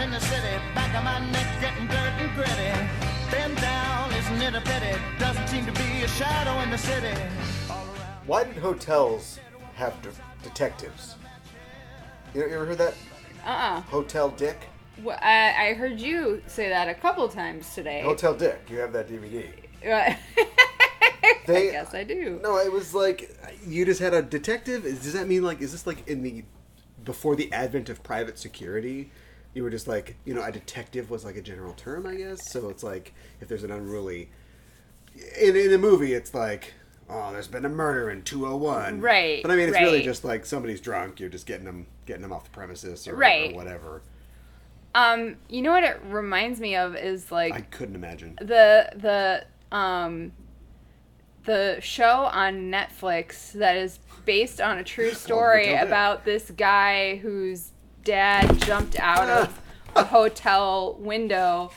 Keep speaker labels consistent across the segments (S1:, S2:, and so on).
S1: in the city, back of my neck getting dirt and gritty. Bend down, isn't it a pity? Doesn't seem to be a shadow in the city. All around.
S2: Why did hotels have de- detectives? You you ever heard that?
S3: Uh-uh.
S2: Hotel Dick?
S3: Well, I, I heard you say that a couple times today.
S2: Hotel Dick. You have that DVD.
S3: I
S2: They-
S3: guess I do.
S2: No, it was like you just had a detective. Is- Does that mean like is this like in the before the advent of private security? You were just like you know a detective was like a general term, I guess. So it's like if there's an unruly in in the movie, it's like oh, there's been a murder in 201,
S3: Right,
S2: But I mean, it's really
S3: right.
S2: just like somebody's drunk. You're just getting them getting them off the premises or,
S3: Right.
S2: or whatever.
S3: Um, you know what it reminds me of is like
S2: I couldn't imagine.
S3: the the um the show on Netflix that is based on a
S2: Oh,
S3: true story
S2: Hotel Dick.
S3: about this guy whose dad jumped out of a hotel window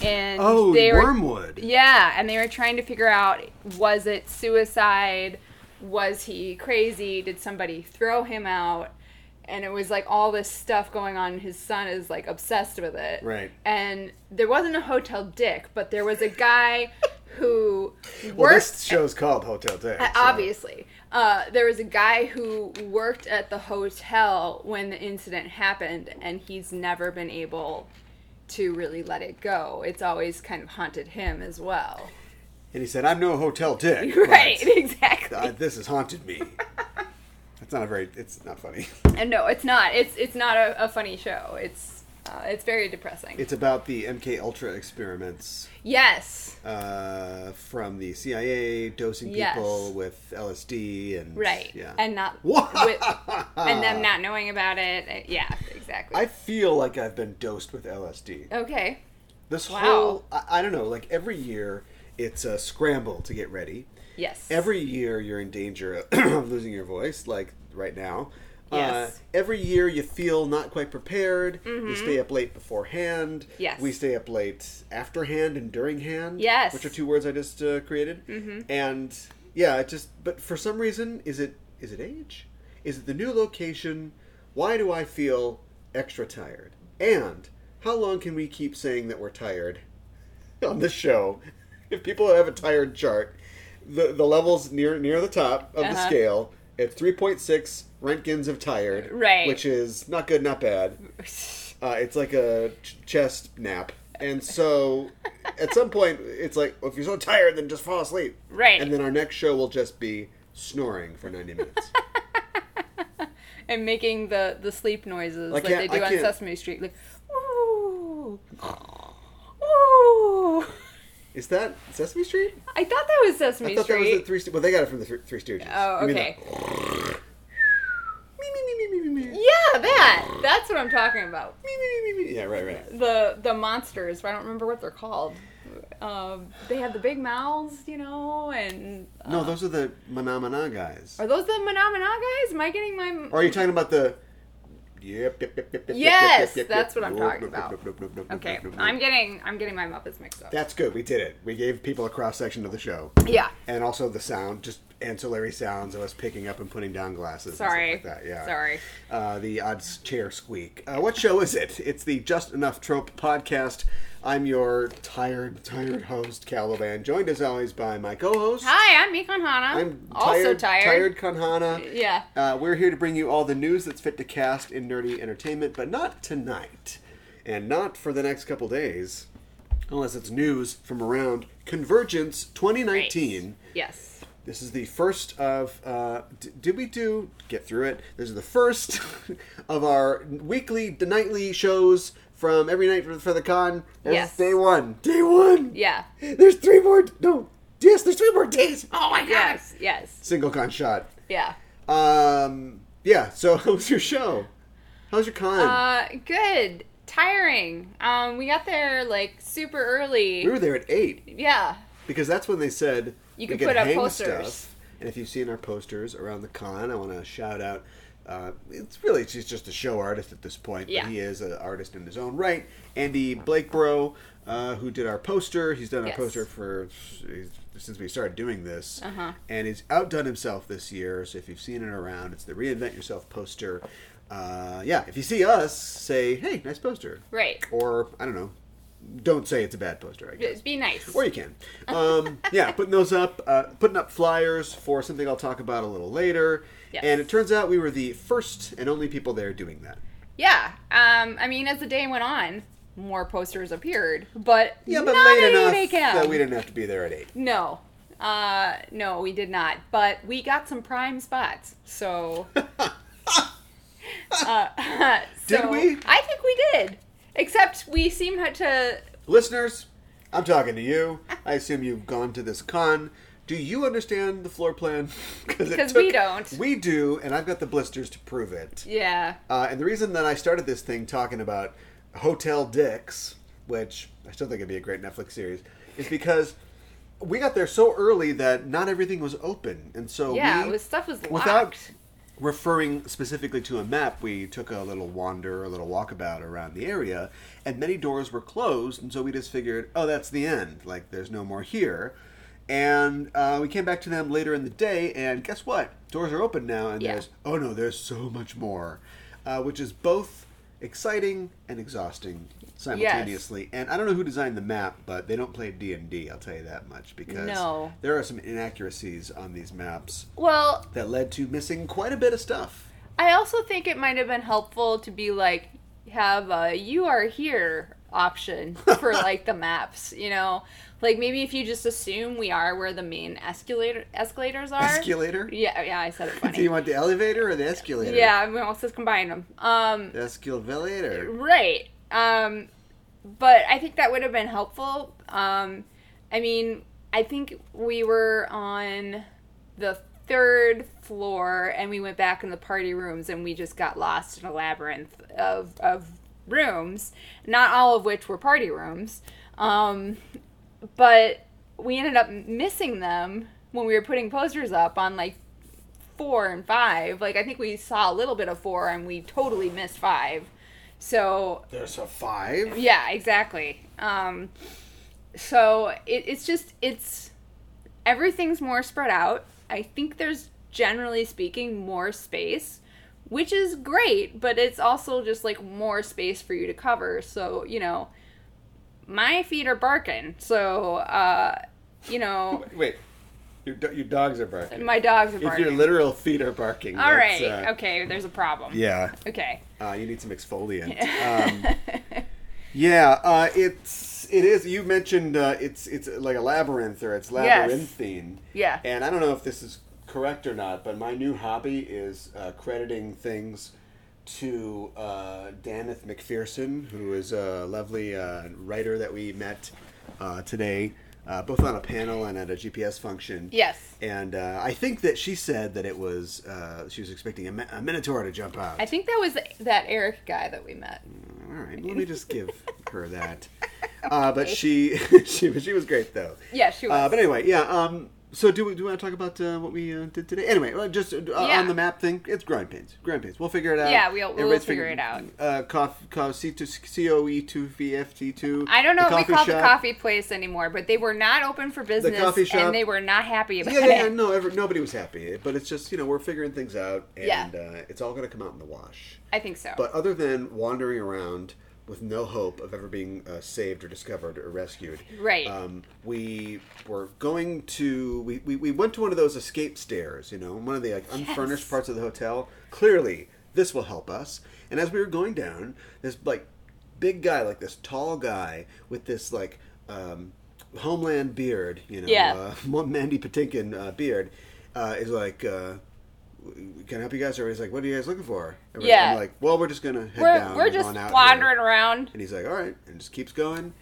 S3: and
S2: Oh,
S3: they were
S2: Wormwood.
S3: yeah, and they were trying to figure out was it suicide? Was he crazy? Did somebody throw him out? And it was like all this stuff going on. His son is like obsessed with it.
S2: Right.
S3: And there wasn't a hotel dick, but there was a guy who worked.
S2: Well, this show's called Hotel Dick. so-
S3: Obviously, uh, there was a guy who worked at the hotel when the incident happened, and he's never been able to really let it go. It's always kind of haunted him as well.
S2: And he said, "I'm no Hotel Dick." but-
S3: Right, exactly.
S2: Uh, this has haunted me. That's not a very. It's not funny.
S3: And no, it's not. It's it's not a, a funny show. It's uh, it's very depressing.
S2: It's about the MK Ultra experiments
S3: yes,
S2: uh, from the CIA dosing
S3: Yes.
S2: people with LSD and
S3: right.
S2: Yeah,
S3: And not
S2: Wha-
S3: with, and them not knowing about it. Uh, Yeah, exactly.
S2: I feel like I've been dosed with LSD.
S3: okay.
S2: This
S3: Oh, Wow.
S2: whole I, I don't know. Like every year, it's a scramble to get ready.
S3: Yes.
S2: Every year, you're in danger of losing your voice, like right now. Uh,
S3: Yes. Mm-hmm.
S2: every year, you feel not quite prepared. You stay up late beforehand.
S3: Yes.
S2: We stay up late afterhand and duringhand.
S3: Yes.
S2: Which are two words I just uh, created. Mm-hmm. And yeah, it just. But for some reason, is it is it age? Is it the new location? Why do I feel extra tired? And how long can we keep saying that we're tired on the show, if people have a tired chart, the the levels near near the top of the
S3: Uh-huh.
S2: scale, it's three point six Rentgens of tired,
S3: Right.
S2: Which is not good, not bad. Uh, it's like a ch- chest nap, and so at some point it's like well, if you're so tired, then just fall asleep,
S3: Right.
S2: And then our next show will just be snoring for ninety minutes.
S3: and making the the sleep noises
S2: Like,
S3: like,
S2: yeah,
S3: they
S2: I
S3: do on
S2: can't-
S3: Sesame Street, like ooh, ooh.
S2: is that Sesame Street?
S3: I thought that was Sesame
S2: I thought
S3: Street.
S2: that was the Three. Sto- well, they got it from the Three, three Stooges.
S3: Oh,
S2: You mean
S3: okay.
S2: the- me, me, me, me, me, me, me.
S3: yeah, that. That's what I'm talking about.
S2: Yeah, right, right.
S3: The the monsters. I don't remember what they're called. Um, they have the big mouths, you know, and uh,
S2: No, those are the Manamana guys.
S3: are those the Manamana guys? Am I getting my?
S2: Or are you talking about the? Yep, yep, yep, yep, yep,
S3: Yes,
S2: yep, yep, yep,
S3: that's
S2: yep.
S3: what I'm
S2: Nope,
S3: talking
S2: nope,
S3: about.
S2: nope, nope, nope, nope,
S3: okay,
S2: nope, nope,
S3: I'm
S2: nope.
S3: getting I'm getting my Muppets mixed up.
S2: That's good. We did it. We gave people a cross section of the show,
S3: yeah.
S2: and also the sound, just ancillary sounds of us picking up and putting down glasses.
S3: Sorry.
S2: and stuff like that. Yeah.
S3: Sorry.
S2: Uh, the odd s- chair squeak. Uh, what show is it? It's the Just Enough Trope podcast. I'm your tired, tired host, Caliban, joined as always by my co-host.
S3: Hi, I'm Mikan Hana.
S2: I'm
S3: also
S2: tired, Tired Kanhana.
S3: Yeah.
S2: Uh, we're here to bring you all the news that's fit to cast in nerdy entertainment, but not tonight, and not for the next couple days, unless it's news from around Convergence 2019.
S3: Yes.
S2: This is the first of. Uh, d- did we do get through it? This is the first of our weekly, nightly shows from every night for, for the con. This
S3: Yes.
S2: is day one. Day one.
S3: Yeah.
S2: There's three more. No. Yes, there's three more days. Oh my god.
S3: Yes. Yes.
S2: Single con shot.
S3: Yeah.
S2: Um. Yeah. So, how was your show? How was your con?
S3: Uh, good. Tiring. Um, we got there like super early.
S2: we were there at eight
S3: Yeah.
S2: because that's when they said we
S3: You can put up posters.
S2: Stuff. And if you've seen our posters around the con, I want to shout out. Uh, it's really she's just a show artist at this point,
S3: Yeah.
S2: but he is an artist in his own right. Andy Blakebro, uh, who did our poster, he's done our
S3: Yes.
S2: poster for since we started doing this,
S3: Uh-huh.
S2: and he's outdone himself this year. So if you've seen it around, it's the reinvent yourself poster. Uh, yeah, if you see us, say, hey, nice poster.
S3: Right.
S2: Or, I don't know, don't say it's a bad poster, I guess.
S3: Just Be nice.
S2: Or you can. Um, yeah, putting those up, uh, putting up flyers for something I'll talk about a little later.
S3: Yes.
S2: And it turns out we were the first and only people there doing that.
S3: Yeah. Um, I mean, as the day went on, more posters appeared, but
S2: Yeah, but
S3: not
S2: late
S3: any
S2: enough
S3: they can.
S2: that we didn't have to be there at 8.
S3: No. Uh, no, we did not. But we got some prime spots. So. uh,
S2: Did
S3: so
S2: we?
S3: I think we did. Except we seem to.
S2: Listeners, I'm talking to you. I assume you've gone to this con. Do you understand the floor plan? it
S3: 'Cause we
S2: took-
S3: don't.
S2: We do, and I've got the blisters to prove it.
S3: Yeah.
S2: Uh, and the reason that I started this thing talking about Hotel Dicks, which I still think would be a great Netflix series, is because we got there so early that not everything was open, and so
S3: Yeah,
S2: we,
S3: it was, stuff was
S2: without
S3: locked.
S2: referring specifically to a map, we took a little wander, a little walkabout around the area, and many doors were closed, and so we just figured, oh, that's the end. Like, there's no more here. And uh, we came back to them later in the day, and guess what? Doors are open now, and
S3: Yeah.
S2: there's, oh no, there's so much more, uh, which is both exciting and exhausting simultaneously. And I don't know who designed the map, but they don't play D&D, I'll tell you that much, because
S3: No.
S2: there are some inaccuracies on these maps
S3: Well,
S2: that led to missing quite a bit of stuff.
S3: I also think it might have been helpful to be like have a you are here option for like the maps, you know. Like maybe if you just assume we are where the main escalator escalators are.
S2: Escalator?
S3: Yeah, yeah, I said it
S2: Do you
S3: funny.
S2: want the elevator or the escalator?
S3: Yeah, we almost just combined them. Um
S2: The escalator.
S3: right. Um but I think that would have been helpful. Um I mean, I think we were on the third floor and we went back in the party rooms and we just got lost in a labyrinth of, of rooms not all of which were party rooms um, but we ended up missing them when we were putting posters up on like four and five like i think we saw a little bit of four and we totally missed five so
S2: There's a five.
S3: yeah, exactly. Um, so it, it's just it's everything's more spread out. I think there's generally speaking more space, which is great, but it's also just like more space for you to cover. So you know, my feet are barking. So uh, you know,
S2: Wait, your, do- your dogs are barking.
S3: my dogs are
S2: if your
S3: barking.
S2: literal feet are barking.
S3: All
S2: that's,
S3: right,
S2: uh,
S3: okay. There's a problem.
S2: Yeah,
S3: Okay.
S2: uh, you need some exfoliant. Um, yeah, uh, it's it is. You mentioned uh, it's it's like a labyrinth or it's
S3: Yes.
S2: labyrinthine.
S3: Yeah.
S2: And I don't know if this is correct or not, but my new hobby is uh, crediting things to uh, Danith McPherson, who is a lovely uh, writer that we met uh, today, uh, both on a panel and at a GPS function.
S3: Yes.
S2: And uh, I think that she said that it was uh, she was expecting a, me- a minotaur to jump out.
S3: I think that was that Eric guy that we met.
S2: All right, let me just give her that. Uh, but she she was- she was great though.
S3: Yeah, she was.
S2: Uh, but anyway, yeah. Um, so do we do we want to talk about uh, what we uh, did today? Anyway, well, just uh,
S3: Yeah.
S2: on the map thing, it's grind pains. Grind pains. We'll figure it out.
S3: Yeah, we'll- we'll
S2: Everybody's
S3: figure
S2: figuring-
S3: it out.
S2: Uh, coffee, coffee, C O E two V F T two.
S3: I don't know if we call the
S2: shop.
S3: coffee place anymore, but they were not open for business,
S2: coffee shop-
S3: and they were not happy about
S2: Yeah, yeah, yeah,
S3: it.
S2: no, every, nobody was happy, but it's just you know we're figuring things out, and
S3: Yeah.
S2: uh, it's all going to come out in the wash.
S3: I think so.
S2: But other than wandering around with no hope of ever being uh, saved or discovered or rescued,
S3: Right.
S2: Um, we were going to we, we, we went to one of those escape stairs, you know, one of the like unfurnished
S3: Yes.
S2: parts of the hotel. Clearly, this will help us. And as we were going down, this like big guy, like this tall guy with this like um, homeland beard, you know,
S3: Yeah.
S2: uh, Mandy Patinkin uh, beard, uh, is like. Uh, can I help you guys? Or he's like, "What are you guys looking for?" And we're-
S3: Yeah.
S2: I'm like, "Well, we're just gonna head
S3: we're
S2: down
S3: we're
S2: and
S3: just
S2: on out here."
S3: wandering around.
S2: And he's like, all right, and just keeps going.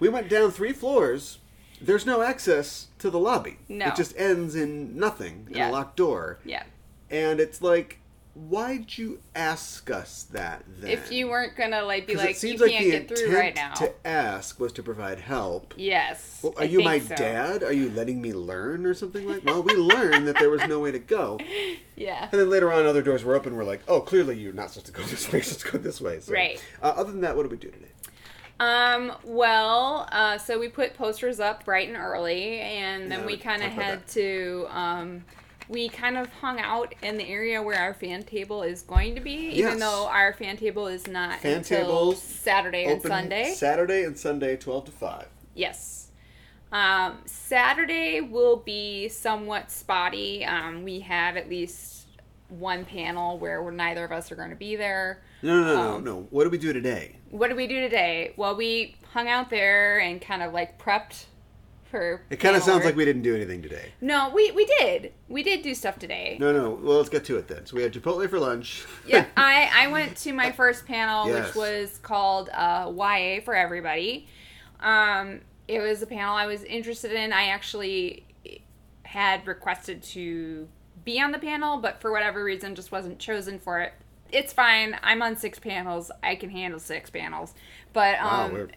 S2: We went down three floors. There's no access to the lobby.
S3: No.
S2: It just ends in nothing, in a
S3: Yeah.
S2: locked door.
S3: Yeah.
S2: And it's like, why'd you ask us that then?
S3: If you weren't gonna like be
S2: 'Cause
S3: like,
S2: it seems
S3: you
S2: like
S3: can't
S2: the
S3: get through
S2: intent
S3: right now.
S2: to ask was to provide help.
S3: yes.
S2: Well, are
S3: I
S2: you my
S3: think so.
S2: dad? Are you letting me learn or something like? Well, we learned that there was no way to go,
S3: Yeah.
S2: and then later on, other doors were open. We're like, oh, clearly you're not supposed to go this way. Let's go this way. So,
S3: Right.
S2: Uh, other than that, what did we do today?
S3: Um. Well. Uh. So we put posters up bright and early, and then
S2: Yeah,
S3: we
S2: we
S3: kind of
S2: talked about
S3: had
S2: that.
S3: to um we kind of hung out in the area where our fan table is going to be, even
S2: Yes.
S3: though our fan table is not
S2: Fan
S3: until
S2: tables
S3: Saturday and
S2: Open
S3: Sunday.
S2: Saturday and Sunday, 12 to 5.
S3: Yes. Um, Saturday will be somewhat spotty. Um, we have at least one panel where we're, neither of us are going to be there.
S2: No, no, no,
S3: Um,
S2: no, no. What do we do today?
S3: What did we do today? Well, we hung out there and kind of like prepped for.
S2: It kind of
S3: panel
S2: sounds
S3: work.
S2: like we didn't do anything today.
S3: No, we we did. We did do stuff today.
S2: No, no. Well, let's get to it then. So we had Chipotle for lunch.
S3: yeah, I, I went to my first panel,
S2: Yes.
S3: which was called uh, YA for Everybody. Um, it was a panel I was interested in. I actually had requested to be on the panel, but for whatever reason, just wasn't chosen for it. It's fine. I'm on six panels. I can handle six panels. But
S2: wow,
S3: um,
S2: we're,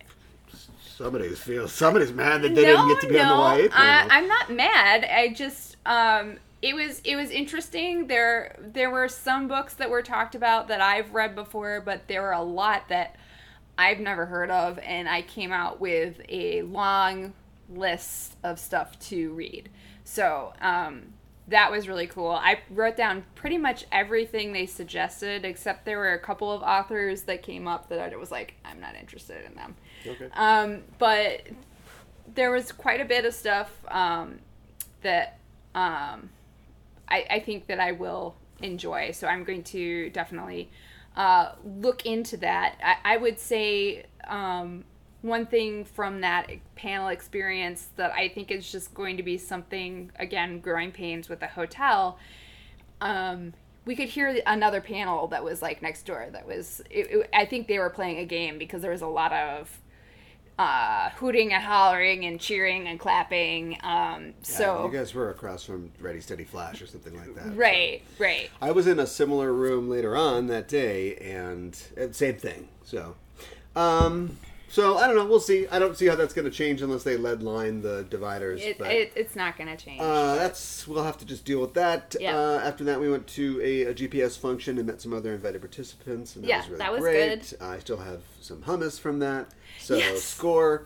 S2: somebody's feel somebody's mad that they didn't get to be on the YA
S3: I,
S2: panel.
S3: I'm not mad. I just um, it was it was interesting. There there were some books that were talked about that I've read before, but there were a lot that I've never heard of, and I came out with a long list of stuff to read. So um, that was really cool. I wrote down pretty much everything they suggested, except there were a couple of authors that came up that I was like, I'm not interested in them.
S2: okay.
S3: Um, but there was quite a bit of stuff um, that um, I, I think that I will enjoy. So I'm going to definitely uh, look into that. I, I would say um, one thing from that panel experience that I think is just going to be something again, growing pains with the hotel. Um, we could hear another panel that was like next door. That was, it, it, I think they were playing a game because there was a lot of uh, hooting and hollering and cheering and clapping. Um, so
S2: you guys were across from Ready Steady Flash or something like that.
S3: Right, right.
S2: I was in a similar room later on that day, and and same thing. So, um, so I don't know. We'll see. I don't see how that's going to change unless they lead line the dividers.
S3: It,
S2: but
S3: it, it's not going to change.
S2: uh, that's we'll have to just deal with that.
S3: Yeah.
S2: Uh, after that, we went to a, a GPS function and met some other invited participants, and that
S3: Yeah,
S2: was really
S3: that was
S2: great.
S3: good.
S2: I still have some hummus from that. So
S3: Yes.
S2: score.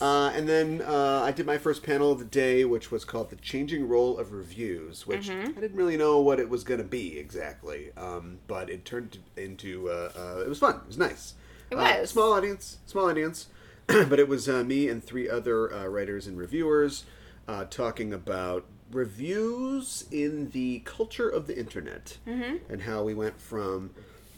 S2: Uh, and then uh, I did my first panel of the day, which was called "The Changing Role of Reviews," which
S3: Mm-hmm.
S2: I didn't really know what it was going to be exactly, um, but it turned into uh, uh, it was fun. It was nice.
S3: It
S2: Uh,
S3: was.
S2: small audience, small audience, but it was uh, me and three other uh, writers and reviewers uh, talking about reviews in the culture of the internet and how we went from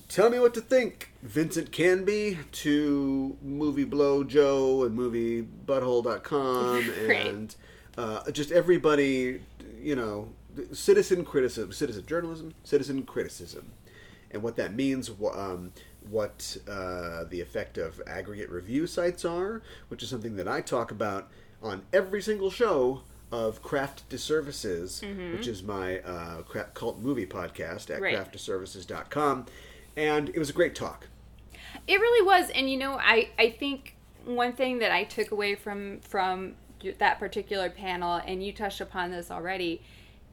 S2: tell me what to think, Vincent Canby, to movie blow Joe and movie butthole.com
S3: Right.
S2: and uh, just everybody, you know, citizen criticism, citizen journalism, citizen criticism, and what that means, wh- um, what uh, the effect of aggregate review sites are, which is something that I talk about on every single show of Craft Disservices, which is my uh, cra- cult movie podcast at
S3: Mm-hmm. Right.
S2: craftdisservices.com. And it was a great talk.
S3: it really was, and you know, I I think one thing that I took away from from that particular panel, and you touched upon this already,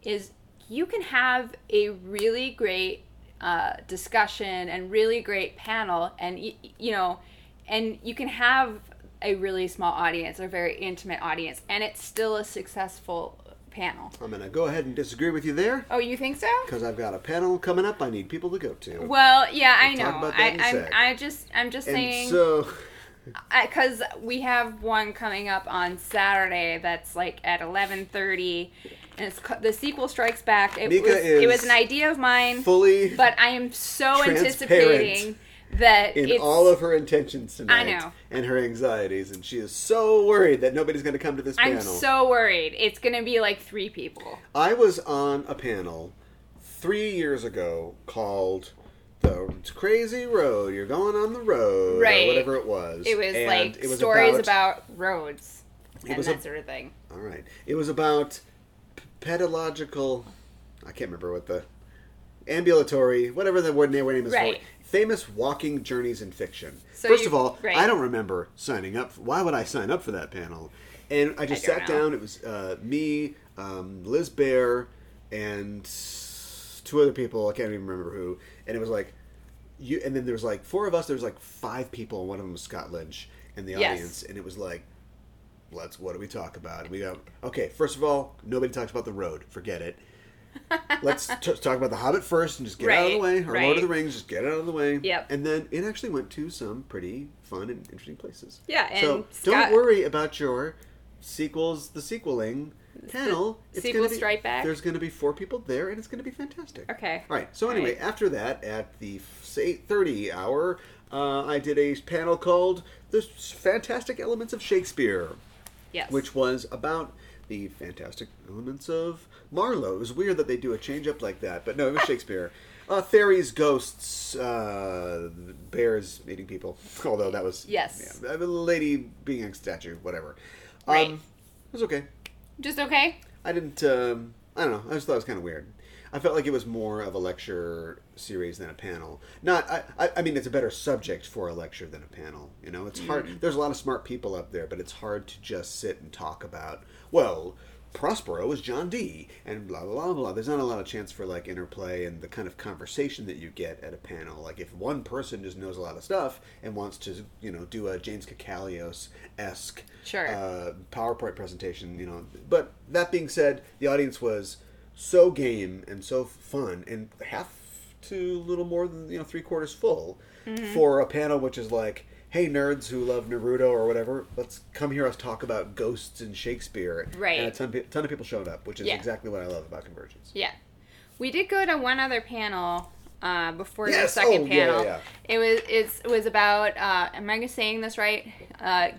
S3: is you can have a really great uh, discussion and really great panel, and y- you know, and you can have a really small audience or very intimate audience, and it's still a successful panel.
S2: I'm going to go ahead and disagree with you there
S3: Oh, you think so?
S2: because I've got a panel coming up I need people to go to.
S3: Well, yeah, I
S2: We'll talk
S3: know.
S2: about that
S3: I,
S2: in a
S3: I'm,
S2: sec.
S3: I just, I'm just
S2: and
S3: saying,
S2: so.
S3: because we have one coming up on Saturday that's like at 11:30, and it's ca- the sequel Strikes Back. It
S2: Mika
S3: was, it
S2: is
S3: was an idea of mine,
S2: fully
S3: but I am so
S2: transparent
S3: anticipating that
S2: in
S3: it's,
S2: all of her intentions tonight
S3: know.
S2: and her anxieties and she is so worried that nobody's going to come to this
S3: I'm
S2: panel
S3: so worried. It's gonna be like three people.
S2: i was on a panel three years ago called the crazy road you're going on the road
S3: Right.
S2: or whatever it was
S3: It was
S2: And
S3: like
S2: it was
S3: stories about, roads and
S2: was a-
S3: that sort of thing.
S2: all right it was about p- pedagogical i can't remember what the ambulatory whatever the word name is
S3: Right.
S2: for it. famous walking journeys in fiction
S3: So
S2: first
S3: you-
S2: of all
S3: right.
S2: i don't remember signing up why would i sign up for that panel and i just
S3: I don't
S2: sat
S3: know.
S2: down it was uh, me um, liz bear and two other people i can't even remember who and it was like you and then there was like four of us there was like five people and one of them was scott lynch in the
S3: Yes.
S2: audience and it was like let's what do we talk about and we go okay first of all nobody talks about the road forget it Let's t- talk about The Hobbit first and just get it out of the way.
S3: Right,
S2: Or Lord of
S3: right.
S2: the Rings, just get it out of the way.
S3: Yep.
S2: And then it actually went to some pretty fun and interesting places.
S3: Yeah,
S2: so
S3: and Scott-
S2: don't worry about your sequels, the sequeling panel. It's
S3: sequel
S2: gonna be-
S3: Strike Back?
S2: There's going to be four people there, and it's going to be fantastic.
S3: Okay.
S2: All right. So
S3: All
S2: anyway,
S3: right.
S2: after that, at the eight thirty hour, uh, I did a panel called "The Fantastic Elements of Shakespeare."
S3: Yes.
S2: which was about the fantastic elements of Marlowe. It was weird that they do a change up like that, but no, it was Shakespeare. Uh, fairies, ghosts, uh, bears eating people. Although that was
S3: Yes.
S2: yeah, a lady being a statue, whatever.
S3: Right.
S2: Um, it was okay.
S3: just okay.
S2: I didn't. Um, I don't know. I just thought it was kind of weird. I felt like it was more of a lecture series than a panel. Not. I. I, I mean, it's a better subject for a lecture than a panel. You know, it's hard. There's a lot of smart people up there, but it's hard to just sit and talk about. Well. Prospero was John D. and blah blah blah blah. There's not a lot of chance for like interplay and the kind of conversation that you get at a panel. Like if one person just knows a lot of stuff and wants to, you know, do a James Cacalios esque
S3: Sure.
S2: uh, PowerPoint presentation, you know. But that being said, the audience was so game and so fun, and half to a little more than you know three quarters full
S3: Mm-hmm.
S2: for a panel which is like, hey nerds who love Naruto or whatever, let's come hear us talk about ghosts and Shakespeare.
S3: Right.
S2: And a ton, of pe- ton of people showed up, which is
S3: Yeah.
S2: exactly what I love about conversions.
S3: Yeah. We did go to one other panel uh, before
S2: Yes,
S3: the second
S2: oh, yeah, yeah,
S3: panel.
S2: yeah.
S3: It was it's, it was about uh, am I saying this right? Uh,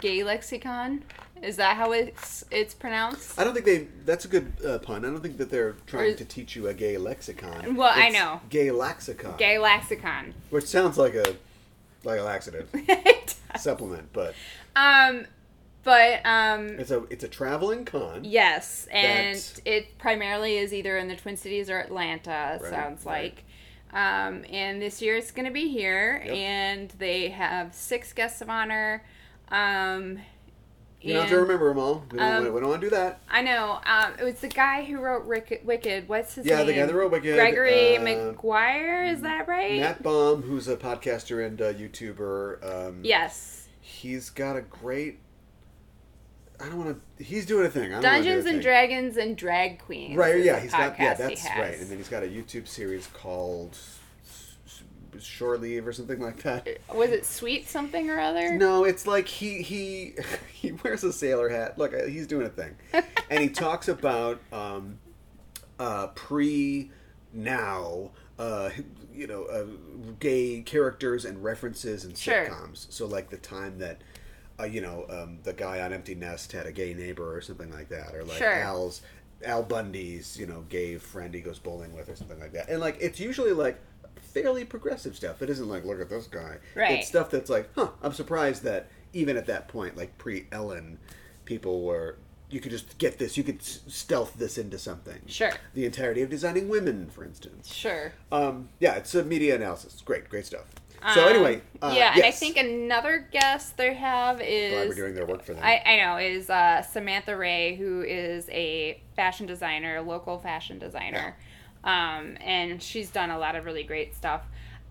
S3: gay lexicon. Is that how it's it's pronounced?
S2: I don't think they. That's a good uh, pun. I don't think that they're trying
S3: is-
S2: to teach you a gay lexicon.
S3: Well, I
S2: It's
S3: know.
S2: gay lexicon,
S3: Gay lexicon.
S2: which sounds like a like a laxative supplement, but
S3: um, but um,
S2: It's a it's a traveling con.
S3: Yes, and
S2: That's-
S3: it primarily is either in the Twin Cities or Atlanta.
S2: Right,
S3: sounds
S2: right.
S3: like. Um, and this year it's going to be here,
S2: Yep.
S3: and they have six guests of honor. Um,
S2: You don't have to
S3: and-
S2: remember them all. We don't,
S3: Um,
S2: we don't want to do that.
S3: I know. Um, it was the guy who wrote Rick- Wicked. What's his
S2: Yeah,
S3: name?
S2: the guy that wrote Wicked,
S3: Gregory
S2: uh,
S3: McGuire. Is that right?
S2: Matt Baum, who's a podcaster and a YouTuber, um,
S3: yes.
S2: he's got a great. I don't want to. He's doing a thing. I don't wanna do
S3: Dungeons
S2: a
S3: and
S2: thing.
S3: Dragons and Drag Queens.
S2: Right?
S3: is
S2: Yeah,
S3: the
S2: he's got. Yeah,
S3: podcast he
S2: that's
S3: has.
S2: right. And then he's got a YouTube series called Shore Leave or something like that.
S3: was it Sweet something or other?
S2: No, it's like he he he wears a sailor hat. Look, uh, he's doing a thing, and he talks about um, uh, pre now. Uh, you know, uh, gay characters and references and
S3: Sure.
S2: sitcoms. So, like the time that, uh, you know, um, the guy on Empty Nest had a gay neighbor or something like that, or like
S3: Sure.
S2: Al's Al Bundy's, you know, gay friend he goes bowling with or something like that. And like, it's usually like fairly progressive stuff. It isn't like, look at this guy.
S3: Right.
S2: It's stuff that's like, huh, I'm surprised that even at that point, like pre Ellen, people were. You could just get this. You could s- stealth this into something.
S3: Sure.
S2: The entirety of designing women, for instance.
S3: Sure.
S2: Um, yeah, it's a media analysis. Great, great stuff. So anyway, uh,
S3: Um, yeah, and I
S2: yes.
S3: think another guest they have
S2: Glad we're
S3: is
S2: doing their work for them.
S3: I, I know is uh, Samantha Ray, who is a fashion designer, local fashion designer, um, and she's done a lot of really great stuff.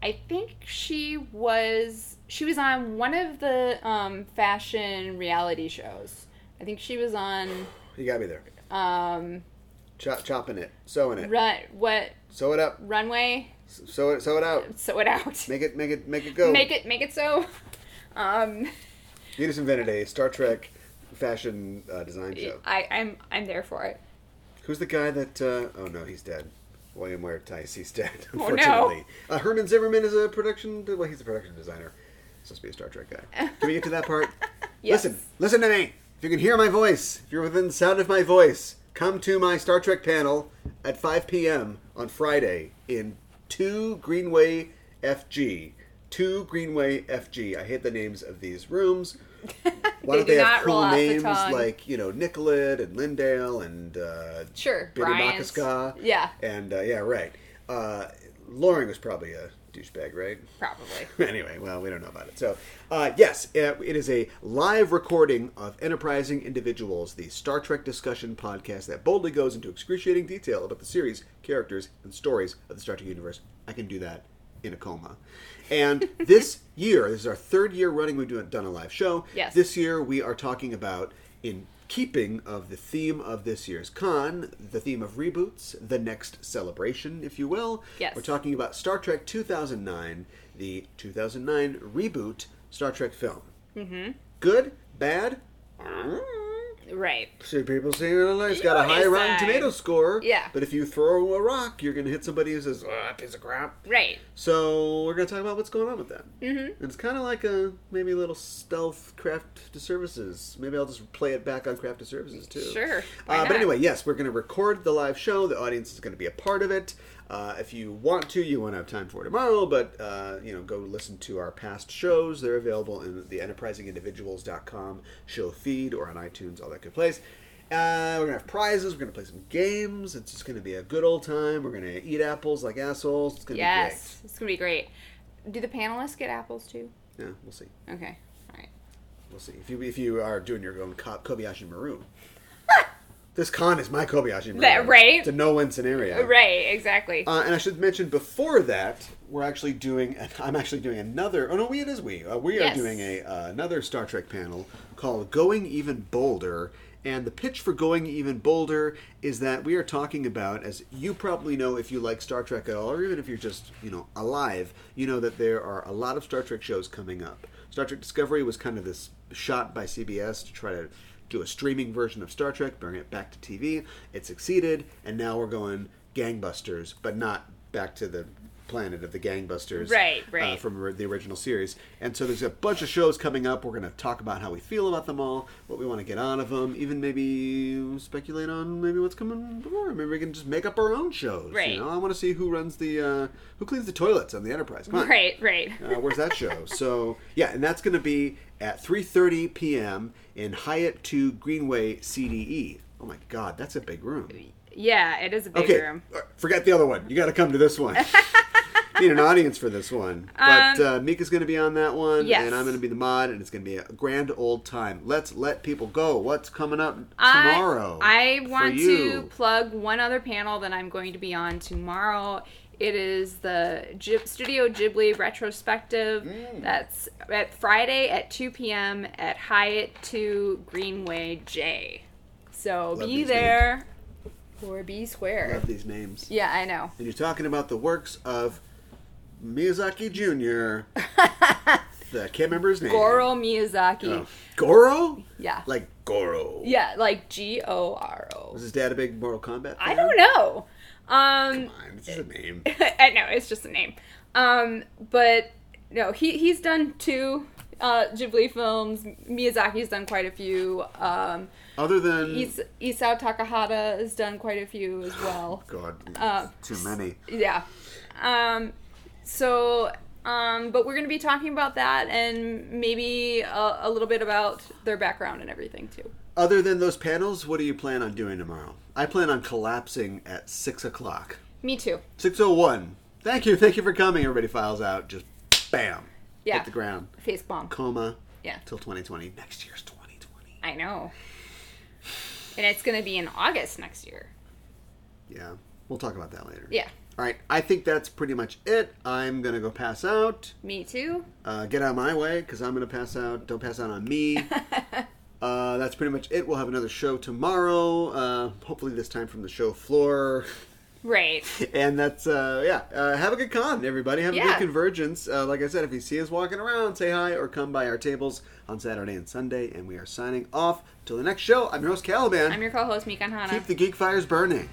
S3: I think she was she was on one of the um, fashion reality shows. I think she was on
S2: you got me there.
S3: um,
S2: Chop, chopping it, sewing it,
S3: run what
S2: sew it up,
S3: runway.
S2: s- sew it, sew it out.
S3: Sew it out.
S2: Make it, make it, make it go.
S3: Make it make it so. Um,
S2: You just invented a Star Trek fashion uh, design show.
S3: I, I'm I'm there for it.
S2: Who's the guy that? Uh, oh no, he's dead. William Ware Tice, he's dead.
S3: Oh, no.
S2: Unfortunately, uh, Herman Zimmerman is a production. Well, he's a production designer. Supposed to be a Star Trek guy. Can we get to that part?
S3: Yes.
S2: Listen, listen to me. If you can hear my voice, if you're within sound of my voice, come to my Star Trek panel at 5 p.m. on Friday in Two Greenway FG. Two Greenway FG. I hate the names of these rooms. Why don't they
S3: They do
S2: have
S3: not roll
S2: cool
S3: off the
S2: names
S3: tongue.
S2: like you know Nicolet and Lindale and uh,
S3: Sure,
S2: Biddy
S3: Brian's.
S2: Makaska.
S3: Yeah.
S2: And uh, yeah, right. Uh, Loring was probably a douchebag, right?
S3: Probably.
S2: anyway, well, we don't know about it. So, uh, yes, it, it is a live recording of Enterprising Individuals, the Star Trek discussion podcast that boldly goes into excruciating detail about the series, characters, and stories of the Star Trek universe. I can do that in a coma. And this year, this is our third year running, we've done done a live show.
S3: Yes.
S2: This year, we are talking about in keeping of the theme of this year's con, the theme of reboots, the next celebration, if you will.
S3: Yes.
S2: We're talking about Star Trek 2009, the 2009 reboot Star Trek film. Mm-hmm. Good? Bad?
S3: Right.
S2: So people say "Oh, it's got a high
S3: Yes,
S2: Rotten
S3: I-
S2: Tomato sscore.
S3: Yeah.
S2: But if you throw a rock, you're going to hit somebody who says, ah, piece of crap.
S3: Right.
S2: So we're gonna talk about what's going on with that. Mm-hmm. It's kind of like a maybe a little stealth craft to services. Maybe I'll just play it back on craft to services too.
S3: Sure, why
S2: Uh, but
S3: not?
S2: anyway, yes, we're gonna record the live show. The audience is gonna be a part of it. Uh, if you want to, you won't have time for tomorrow, but uh, you know, go listen to our past shows. They're available in the enterprisingindividuals.com show feed or on iTunes, all that good place. Uh, we're gonna have prizes. We're gonna play some games. It's just gonna be a good old time. We're gonna eat apples like assholes. It's gonna be great.
S3: Yes. It's gonna be great. Do the panelists get apples too?
S2: Yeah, we'll see.
S3: Okay. All right.
S2: We'll see. If you if you are doing your own Ko- Kobayashi Maru, this con is my Kobayashi Maru.
S3: That- right?
S2: It's a no-win scenario.
S3: Right. Exactly.
S2: Oh. Uh, and I should mention before that we're actually doing. I'm actually doing another. Oh no, we it is we. Uh, we
S3: Yes.
S2: are doing a uh, another Star Trek panel called "Going Even Bolder." And the pitch for going even bolder is that we are talking about, as you probably know if you like Star Trek at all, or even if you're just, you know, alive, you know that there are a lot of Star Trek shows coming up. Star Trek Discovery was kind of this shot by CBS to try to do a streaming version of Star Trek, bring it back to TV. It succeeded, and now we're going gangbusters, but not back to the planet of the gangbusters
S3: Right,
S2: uh,
S3: right.
S2: from or- the original series and so there's a bunch of shows coming up we're going to talk about how we feel about them all what we want to get out of them even maybe speculate on maybe what's coming before maybe we can just make up our own shows
S3: Right.
S2: you know i want to see who runs the uh, who cleans the toilets on the enterprise Come on.
S3: Right. Right.
S2: Uh, where's that show? So yeah, and that's going to be at 3:30 p.m. in Hyatt 2 Greenway CDE. Oh my God, that's a big room.
S3: Yeah. It is a big
S2: Okay,
S3: room.
S2: uh, forget the other one. You got to come to this one. Need an audience for this one, but uh, Mika's going to be on that one,
S3: Um, Yes.
S2: and I'm going to be the mod, and it's going to be a grand old time. Let's let people go. What's coming up
S3: I-
S2: tomorrow?
S3: I,
S2: for
S3: want to
S2: you?
S3: plug one other panel that I'm going to be on tomorrow. It is the Ghib- Studio Ghibli retrospective.
S2: Mm.
S3: That's at Friday at 2 p.m. at Hyatt 2 Greenway J. So
S2: Love
S3: be
S2: these
S3: there or be square.
S2: Love these names.
S3: Yeah, I know.
S2: And you're talking about the works of Miyazaki Jr. I can't remember his name.
S3: Goro Miyazaki.
S2: Oh. Goro?
S3: Yeah.
S2: Like Goro.
S3: yeah, like G O R O.
S2: Was his dad a big Mortal Kombat fan?
S3: I don't know. Um,
S2: Come on, this is a name.
S3: I know it's just a name. Um, but no, he he's done two uh, Ghibli films. Miyazaki's done quite a few. Um,
S2: Other than.
S3: Is- Isao Takahata has done quite a few as well.
S2: God,
S3: Uh,
S2: too many.
S3: Yeah. Um, so, um, but we're going to be talking about that and maybe a, a little bit about their background and everything too.
S2: Other than those panels, what do you plan on doing tomorrow? I plan on collapsing at 6 o'clock.
S3: Me too.
S2: 6.01. Thank you. Thank you for coming. Everybody files out. Just bam.
S3: Yeah.
S2: Hit the ground.
S3: Face bomb.
S2: Coma.
S3: Yeah.
S2: Till 2020. Next year's 2020.
S3: I know. And it's going to be in August next year.
S2: Yeah. We'll talk about that later.
S3: Yeah.
S2: All right, I think that's pretty much it. I'm gonna go pass out.
S3: Me too.
S2: Uh, get out of my way because I'm gonna pass out. Don't pass out on me. uh, that's pretty much it. We'll have another show tomorrow. Uh, hopefully this time from the show floor.
S3: Right.
S2: And that's uh, yeah. Uh, have a good con, everybody. Have a
S3: Yeah.
S2: good convergence. Uh, like I said, if you see us walking around, say hi or come by our tables on Saturday and Sunday. And we are signing off till the next show. I'm your host Caliban.
S3: I'm your co-host Mikan Hana.
S2: Keep the geek fires burning.